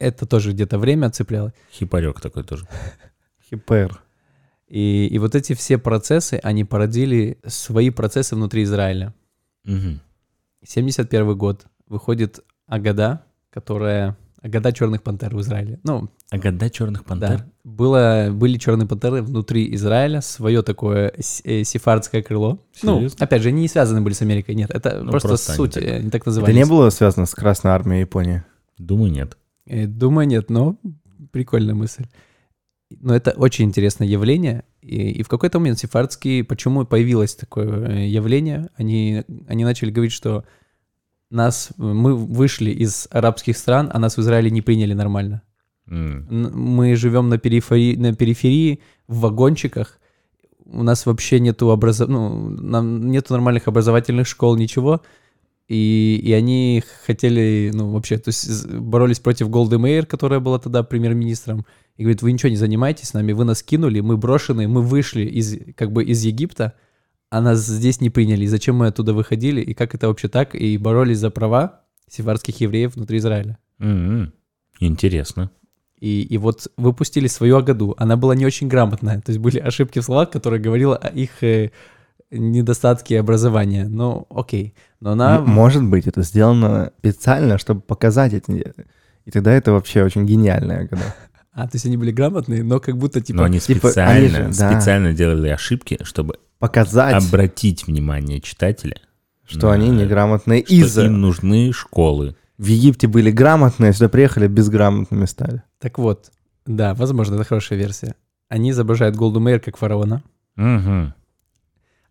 A: это тоже где-то время отцепляло.
B: Хипарек такой тоже.
C: Хипер.
A: И, и вот эти все процессы, они породили свои процессы внутри Израиля.
B: Мгм.
A: 71 год выходит Агада, которая... Агада черных пантер в Израиле. Ну,
B: А года черных пантер?
A: да. Было, были черные пантеры внутри Израиля, свое такое с- э, сефардское крыло.
B: Серьезно?
A: Ну, опять же, они не связаны были с Америкой, нет. Это
B: Ну,
A: просто,
B: просто они
A: суть,
B: так.
A: э, они так
C: Это
A: назывались.
C: не было связано с Красной Армией Японии?
B: Думаю, нет.
A: Э, Думаю, нет, но прикольная мысль. Но это очень интересное явление. И, и в какой-то момент сефардские, почему появилось такое э, явление, они, они начали говорить, что нас, э, мы вышли из арабских стран, а нас в Израиле не приняли нормально.
B: М.
A: Н- Мы живем на периферии, на периферии в вагончиках, у нас вообще нету образо... ну, нам нету нормальных образовательных школ, ничего. И, и они хотели, ну, вообще, то есть з- боролись против Голды Мейер, которая была тогда премьер-министром, и говорит, вы ничего не занимаетесь нами, вы нас кинули, мы брошены, мы вышли из, как бы, из Египта, а нас здесь не приняли, и зачем мы оттуда выходили, и как это вообще так, и боролись за права сефардских евреев внутри Израиля.
B: М-м. Интересно.
A: И, и вот выпустили свою Агаду. Она была не очень грамотная. То есть были ошибки в словах, которые говорила о их э, недостатке образования. Ну, окей. Но она...
C: М- Может быть, это сделано специально, чтобы показать эти... И тогда это вообще очень гениальная года.
A: А, то есть они были грамотные, но как будто типа...
B: Но они
C: типа,
B: специально,
C: они же, да. А
B: специально делали ошибки, чтобы
C: Показать,
B: обратить внимание читателя,
C: что они
B: на-
C: неграмотные
B: что
C: из-за...
B: им нужны школы.
C: В Египте были грамотные, сюда приехали, безграмотными стали.
A: Так вот, да, возможно, это хорошая версия. Они изображают Голду Мейер как фараона.
B: Мгм.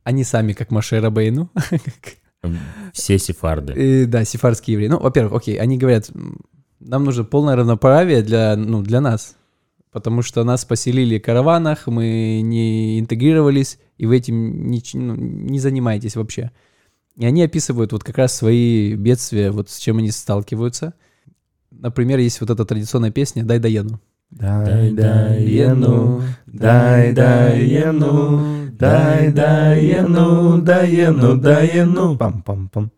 A: Они сами как Маше Рабейну.
B: Эм, Все сефарды.
A: Э, Да, сефардские евреи. Ну, во-первых, окей, они говорят, «М, нам нужно полное равноправие для, ну, для нас, потому что нас поселили в караванах, мы не интегрировались, и вы этим не, ну, не занимаетесь вообще. И они описывают вот как раз свои бедствия, вот с чем они сталкиваются. Например, есть вот эта традиционная песня «Дай Даену».
C: Дай,
B: дай,
C: ену, дай, дай, ену, дай, дай, ену, дай, ену, дай, ену. Пам-пам-пам.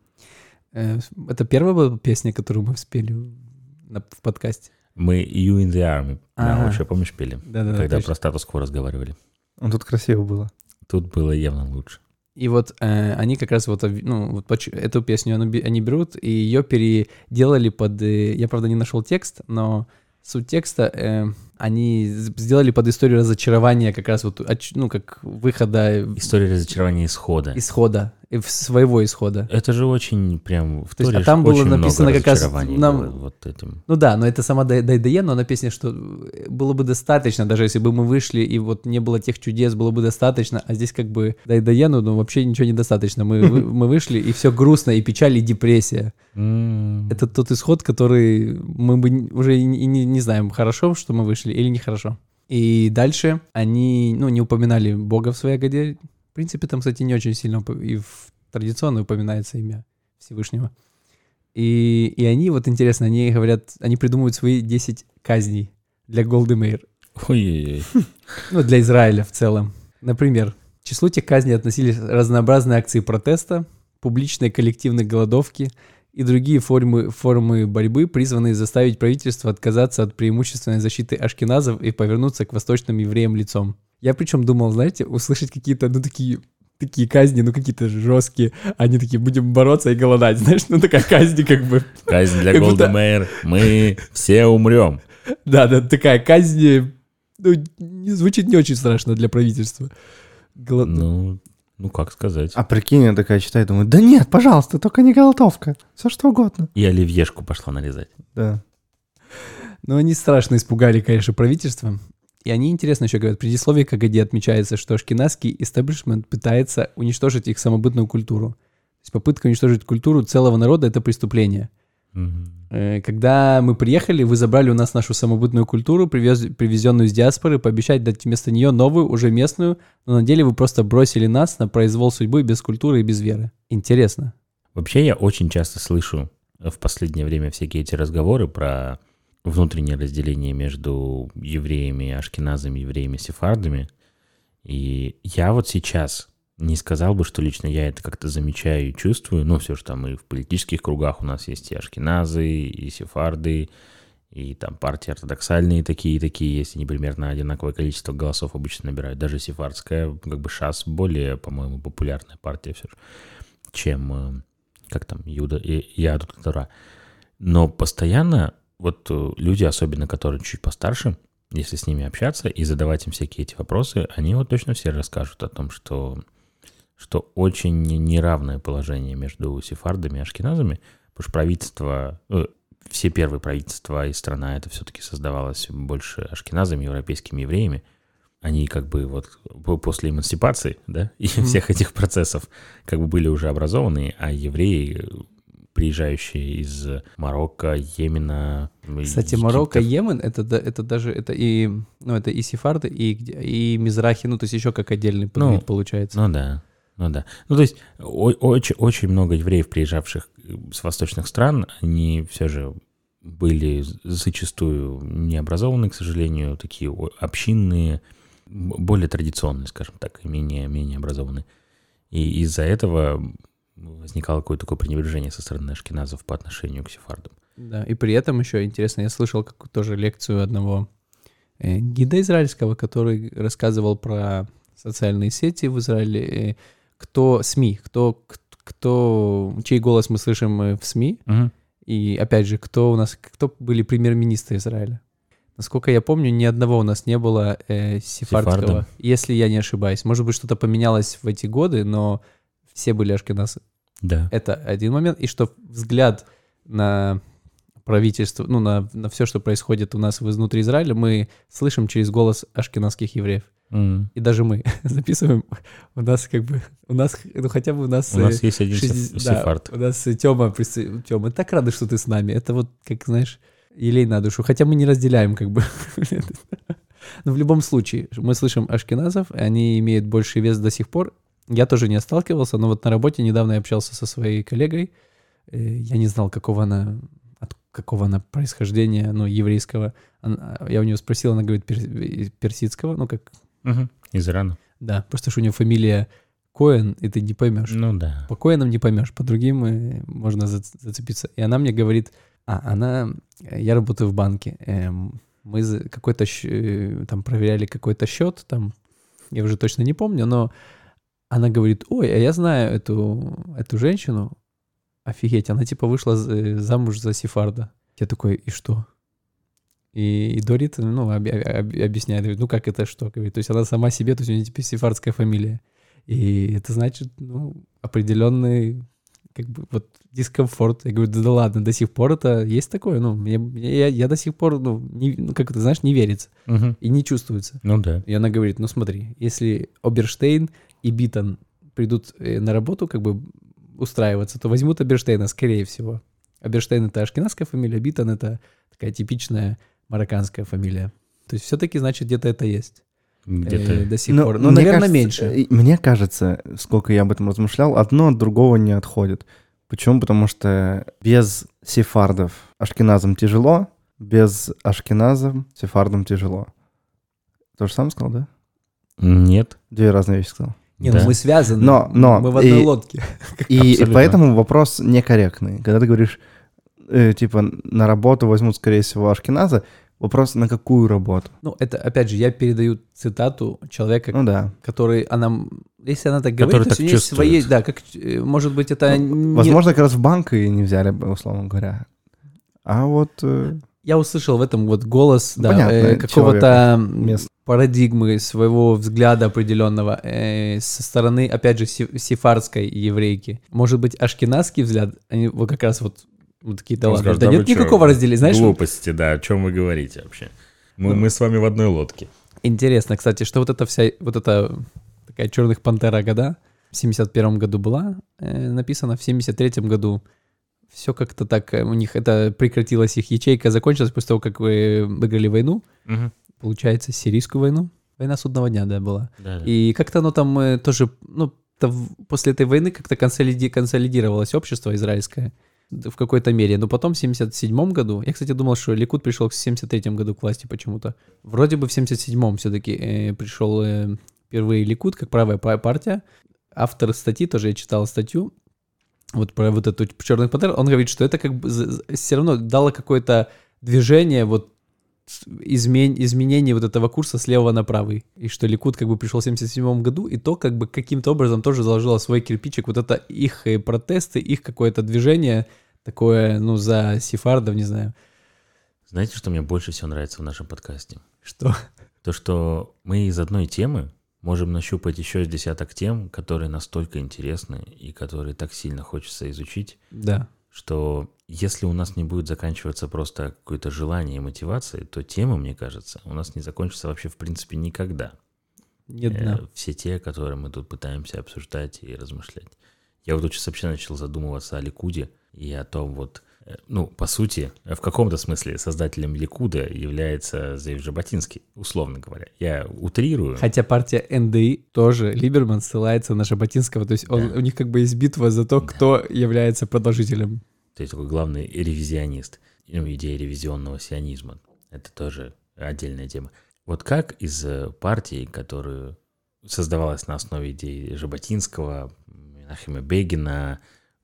A: Э, Это первая была песня, которую мы спели на- в подкасте.
B: Мы You in the Army. Да,
A: Ага.
B: еще помнишь, пели?
A: Да-да-да,
B: Когда
A: точно.
B: про статус-кво разговаривали.
C: Ну, тут красиво было.
B: Тут было явно лучше.
A: И вот э, они как раз вот, об- ну, вот поч- эту песню она бе- они берут, и ее переделали под... э, я, правда, не нашел текст, но суть текста э, они з- сделали под историю разочарования как раз вот, оч- ну, как выхода,
B: История разочарования исхода.
A: исхода, э, в- своего исхода.
B: Это же очень прям в
A: То есть, а
B: Торе
A: там было
B: очень много
A: написано как раз
B: разочарований
A: нам-
B: было вот этим.
A: Ну да, но это сама Дай- Дайдае, но она песня, что э, было бы достаточно, даже если бы мы вышли, и вот не было тех чудес, было бы достаточно, а здесь как бы Дайдае, ну, ну вообще ничего недостаточно. Мы, вы- мы вышли, и все грустно, и печаль, и депрессия.
B: М,
A: Это тот исход, который мы бы н- уже и не, и не- не знаем, хорошо, что мы вышли или нехорошо. И дальше они, ну, не упоминали Бога в своей Агаде. В принципе, там, кстати, не очень сильно уп- и в традиционно упоминается имя Всевышнего. И, и они, вот интересно, они говорят, они придумывают свои 10 казней для Голдемейр.
B: Ой-ой-ой.
A: Ну, для Израиля в целом. Например, к числу тех казней относились разнообразные акции протеста, публичные коллективные голодовки и другие формы, формы борьбы, призванные заставить правительство отказаться от преимущественной защиты ашкеназов и повернуться к восточным евреям лицом. Я причем думал, знаете, услышать какие-то, ну, такие такие казни, ну, какие-то жесткие. Они такие, будем бороться и голодать, знаешь, ну, такая казнь как бы
B: Казнь для
A: Как будто-
B: Голда Мэйр. Мы все умрем.
A: Да, да, такая казнь, ну, не- звучит не очень страшно для правительства. Голо-
B: Ну, ну как сказать.
C: А прикинь, я такая читаю, думаю, да нет, пожалуйста, только не голодовка. Все что угодно.
B: И оливьешку пошла нарезать.
C: Да.
A: Но Ну, они страшно испугали, конечно, правительство. И они, интересно, еще говорят, в предисловии КГД отмечается, что шкинаский истеблишмент пытается уничтожить их самобытную культуру. То есть попытка уничтожить культуру целого народа — это преступление.
B: Мгм.
A: Э, Когда мы приехали, вы забрали у нас нашу самобытную культуру, привез, привезенную из диаспоры, пообещать дать вместо нее новую, уже местную, но на деле вы просто бросили нас на произвол судьбы без культуры и без веры. Интересно.
B: Вообще я очень часто слышу э, в последнее время всякие эти разговоры про внутреннее разделение между евреями, ашкеназами, евреями, сефардами. И я вот сейчас не сказал бы, что лично я это как-то замечаю и чувствую, но все же там и в политических кругах у нас есть и ашкеназы, и сефарды, и там партии ортодоксальные такие и такие есть, они примерно одинаковое количество голосов обычно набирают. Даже сефардская, как бы ШАС, более, по-моему, популярная партия все же, чем, э, как там, Юда, и Яду Татара. Но постоянно вот э, люди, особенно которые чуть постарше, если с ними общаться и задавать им всякие эти вопросы, они вот точно все расскажут о том, что, что очень неравное положение между сефардами и ашкеназами, потому что правительство, э, все первые правительства и страна это все-таки создавалось больше ашкеназами, европейскими евреями. Они как бы вот по- после эмансипации, да, и
A: Мгм.
B: всех этих процессов как бы были уже образованы, а евреи, э, приезжающие из Марокко, Йемена... м,
A: Кстати,
B: Египта,
A: Марокко, Йемен, это, да- это даже, это и, ну, это и сефарды, и, где- и мизрахи, ну, то есть еще как отдельный
B: Ну,
A: подвид получается.
B: Ну да, ну да. Ну то есть очень, очень много евреев, приезжавших э, с восточных стран, они все же были з- зачастую необразованные, к сожалению, такие о- общинные, м, более традиционные, скажем так, и менее, менее образованные. И из-за этого возникало какое-то такое пренебрежение со стороны ашкеназов по отношению к сефардам.
A: Да, и при этом еще интересно, я слышал как, тоже лекцию одного э, гида израильского, который рассказывал про социальные сети в Израиле, э, кто СМИ, кто, к- кто, чей голос мы слышим э, в СМИ, и опять же, кто у нас, кто были премьер-министры Израиля. Насколько я помню, ни одного у нас не было э, сефардского,
B: Сефарда.
A: если я не ошибаюсь. Может быть, что-то поменялось в эти годы, но все были ашкеназы.
B: Да.
A: Это один момент. И что взгляд на правительство, ну, на, на все, что происходит у нас внутри Израиля, мы слышим через голос ашкеназских евреев.
B: М.
A: И даже мы записываем, у нас как бы, у нас, ну, хотя бы у нас...
B: У
A: э,
B: нас есть один
A: Шестьдесят-
B: сеф-
A: да,
B: сефард.
A: у нас э, Тёма, Тёма, так рады, что ты с нами. Это вот, как знаешь, елей на душу. Хотя мы не разделяем, как бы. Но в любом случае, мы слышим ашкеназов, они имеют больший вес до сих пор. Я тоже не сталкивался, но вот на работе недавно я общался со своей коллегой. Э, Я не знал, какого она, от какого она происхождения, ну, еврейского. Она- э, я у нее спросил, она говорит, пер- э, персидского, ну, как,
B: Мгм. Из Ирана.
A: да, просто что у нее фамилия Коэн, и ты не поймешь.
B: Ну да.
A: По коинам не поймешь, по другим э, можно зац- зацепиться. И она мне говорит, а, она, э, я работаю в банке, эм, мы за- какой-то, щ- э, там, проверяли какой-то счет, там, я уже точно не помню, но она говорит, ой, а я знаю эту, эту женщину, офигеть, она типа вышла за- замуж за Сефарда. Я такой, и что? И, и Дорит, ну, объ- объ- объясняет, говорит, ну, как это что? Говорит, то есть она сама себе, то есть у нее теперь сефардская фамилия. И это значит, ну, определенный как бы вот дискомфорт. Я говорю, да, да ладно, до сих пор это есть такое, ну, мне, мне- я, я до сих пор, ну, не- ну, как это, знаешь, не верится
B: Мгм.
A: и не чувствуется.
B: Ну да.
A: И она говорит, ну смотри, если Оберштейн и Битон придут э, на работу, как бы устраиваться, то возьмут Оберштейна, скорее всего. Оберштейн — это ашкенадская фамилия, Битон — это такая типичная марокканская фамилия. То есть все-таки, значит, где-то это есть э,
B: Где-то...
A: до сих
C: Ну,
A: пор. Но,
C: мне
A: наверное,
C: кажется,
A: меньше.
C: э, Мне кажется, сколько я об этом размышлял, одно от другого не отходит. Почему? Потому что без сефардов ашкеназам тяжело, без ашкеназа сефардам тяжело. То же сам сказал, да?
B: Нет.
C: Две разные вещи сказал.
A: Не,
B: Да.
A: ну мы связаны.
C: Но- но,
A: Мы в одной
C: и-
A: лодке.
C: И
B: Абсолютно.
C: поэтому вопрос некорректный. Когда ты говоришь, э, типа, на работу возьмут, скорее всего, ашкеназа, вопрос на какую работу?
A: Ну, это, опять же, я передаю цитату человека,
C: Ну да.
A: который она... м, Если она так
B: Который
A: говорит, то есть
B: так
A: у нее есть свои...
B: чувствует.
A: Да, как... э, Может быть, это... не-
C: Ну, Возможно, как раз в банк и не взяли бы, условно говоря. А вот... э,
A: Я услышал в этом вот голос да,
C: Ну, Понятно,
A: э, какого-то м,
C: Мест.
A: парадигмы, своего взгляда определенного э, со стороны, опять же, си- сефардской еврейки. Может быть, ашкенадский взгляд, они вот как раз вот, вот такие, да
B: Он
A: ладно,
B: скажет,
A: да
B: «Да вы
A: нет
B: чё,
A: никакого разделения, знаешь? Ну.
B: Глупости, да, о чем вы говорите вообще? Мы, мы с вами в одной лодке.
A: Интересно, кстати, что вот эта вся, вот эта такая черных пантера года в 71 году была э, написана, в 73 году все как-то так, э, у них это прекратилась их ячейка, закончилась после того, как вы выиграли войну, получается, сирийскую войну. Война судного дня, да, была.
B: Да, да.
A: И как-то оно там э, тоже, ну, та- в- после этой войны как-то консолиди- консолидировалось общество израильское в какой-то мере. Но потом в 77 году, я, кстати, думал, что Ликут пришел в 73 году к власти почему-то. Вроде бы в 77 все-таки пришел э, впервые Ликут как правая па- партия. Автор статьи, тоже я читал статью, вот про вот эту черных пантер, он говорит, что это как бы все равно дало какое-то движение вот с- измен, изменение вот этого курса с левого на правый. И что Ликут как бы пришел в 77 году, и то как бы каким-то образом тоже заложило свой кирпичик. Вот это их э, протесты, их какое-то движение такое, ну, за сефардов, не знаю,
B: Знаете, что мне больше всего нравится в нашем подкасте?
A: что.
B: То, что мы из одной темы можем нащупать еще с десяток тем, которые настолько интересны и которые так сильно хочется изучить,
A: Да.
B: что если у нас не будет заканчиваться просто какое-то желание и мотивация, то темы, мне кажется, у нас не закончатся вообще в принципе никогда.
A: Нет
B: Э,
A: дна.
B: Все те, которые мы тут пытаемся обсуждать и размышлять. Я вот сейчас вообще начал задумываться о Ликуде и о том вот, э, ну, по сути, э, в каком-то смысле создателем Ликуда является Заяв Жаботинский, условно говоря. Я утрирую.
A: Хотя партия НДИ тоже, Либерман ссылается на Шабатинского, то есть он-
B: Да.
A: у них как бы есть битва за то, кто является продолжителем.
B: То есть такой главный ревизионист, ну, идея ревизионного сионизма. Это тоже отдельная тема. Вот как из э, партии, которую создавалась на основе идей Жаботинского, Нахима Бегина,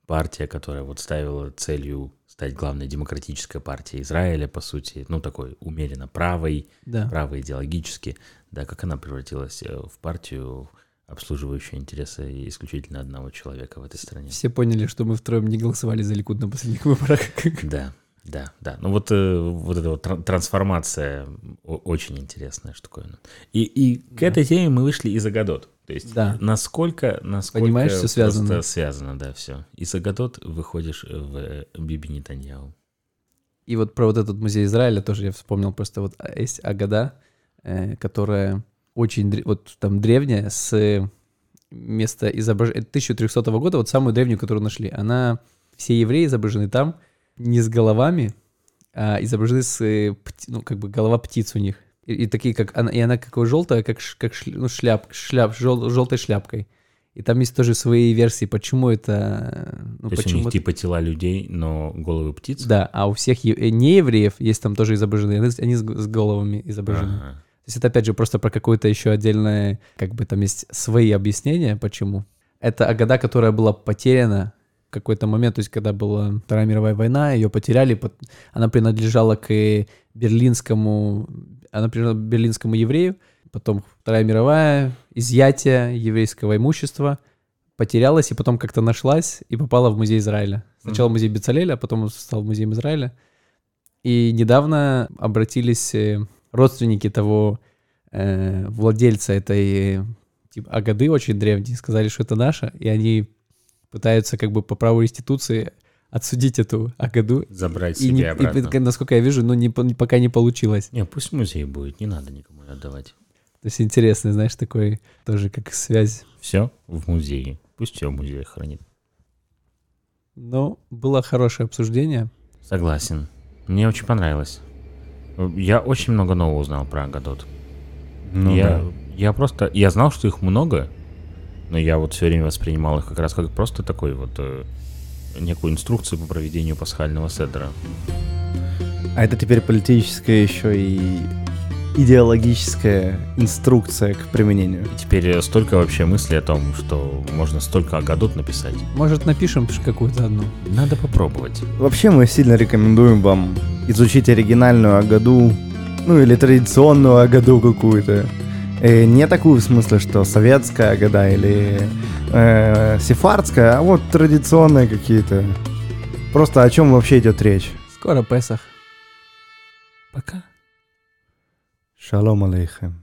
B: партия, которая вот ставила целью стать главной демократической партией Израиля, по сути, ну, такой умеренно правой,
A: Да.
B: правой идеологически, да, как она превратилась э, в партию, обслуживающую интересы исключительно одного человека в этой стране.
A: Все поняли, что мы втроем не голосовали за Ликуд на последних выборах.
B: Да, да, да. Ну вот, э, вот эта вот тран- трансформация о- очень интересная штуковина. И, и к этой теме мы вышли из Агадот. То есть
A: Да.
B: насколько, насколько
A: Понимаешь, всё связано.
B: просто связано, да, все. Из Агадот выходишь в э, Биби Нетаньяу.
A: И вот про вот этот музей Израиля тоже я вспомнил, просто вот а- есть Агада, э, которая очень, дре- вот там древняя, с места изображения 1300 года, вот самую древнюю, которую нашли. Она, все евреи изображены там не с головами, а изображены с, э, пти- ну, как бы голова птиц у них. И, и такие, как она, и она какая желтая, как, ш- как шля- ну, шляп, шляп, жел- желтой шляпкой. И там есть тоже свои версии, почему это... э, Ну,
B: То есть у них
A: это-
B: типа тела людей, но головы птиц.
A: да, а у всех е- э, неевреев есть там тоже изображены, они с- они с г- с головами изображены.
B: Ага.
A: То есть это опять же просто про какое-то еще отдельное, как бы там есть свои объяснения, почему. Это Агада, которая была потеряна в какой-то момент, то есть когда была Вторая мировая война, ее потеряли, пот- она принадлежала к э, берлинскому, она принадлежала берлинскому еврею, потом Вторая мировая, изъятие еврейского имущества, потерялась и потом как-то нашлась и попала в музей Израиля. Сначала музей Бецалеля, а потом он стал музеем Израиля. И недавно обратились э, родственники того э, владельца этой э, типа, Агады, очень древней, сказали, что это наша, и они пытаются как бы по праву реституции отсудить эту Агаду.
B: Забрать
A: И,
B: себе
A: не- и,
B: обратно.
A: э, насколько я вижу, ну, не, по- пока не получилось.
B: Не, пусть музей будет, не надо никому её отдавать.
A: То есть интересный, знаешь, такой тоже как связь.
B: Все в музее. Пусть все в музее хранит.
A: Но было хорошее обсуждение.
B: Согласен. Мне очень понравилось. Я очень много нового узнал про Агадот.
C: Ну
B: я,
C: да.
B: я просто, я знал, что их много, но я вот все время воспринимал их как раз как просто такой вот э, некую инструкцию по проведению пасхального седра.
C: А это теперь политическая еще и идеологическая инструкция к применению.
B: И теперь э, столько вообще мыслей о том, что можно столько агадот написать.
A: Может, напишем ж какую-то одну?
B: Надо попробовать.
C: Вообще мы сильно рекомендуем вам изучить оригинальную Агаду, ну или традиционную Агаду какую-то. Э, не такую в смысле, что советская Агада или э, сефардская, а вот традиционные какие-то. Просто о чем вообще идет речь.
A: Скоро Песах.
B: Пока.
C: Шалом алейхем.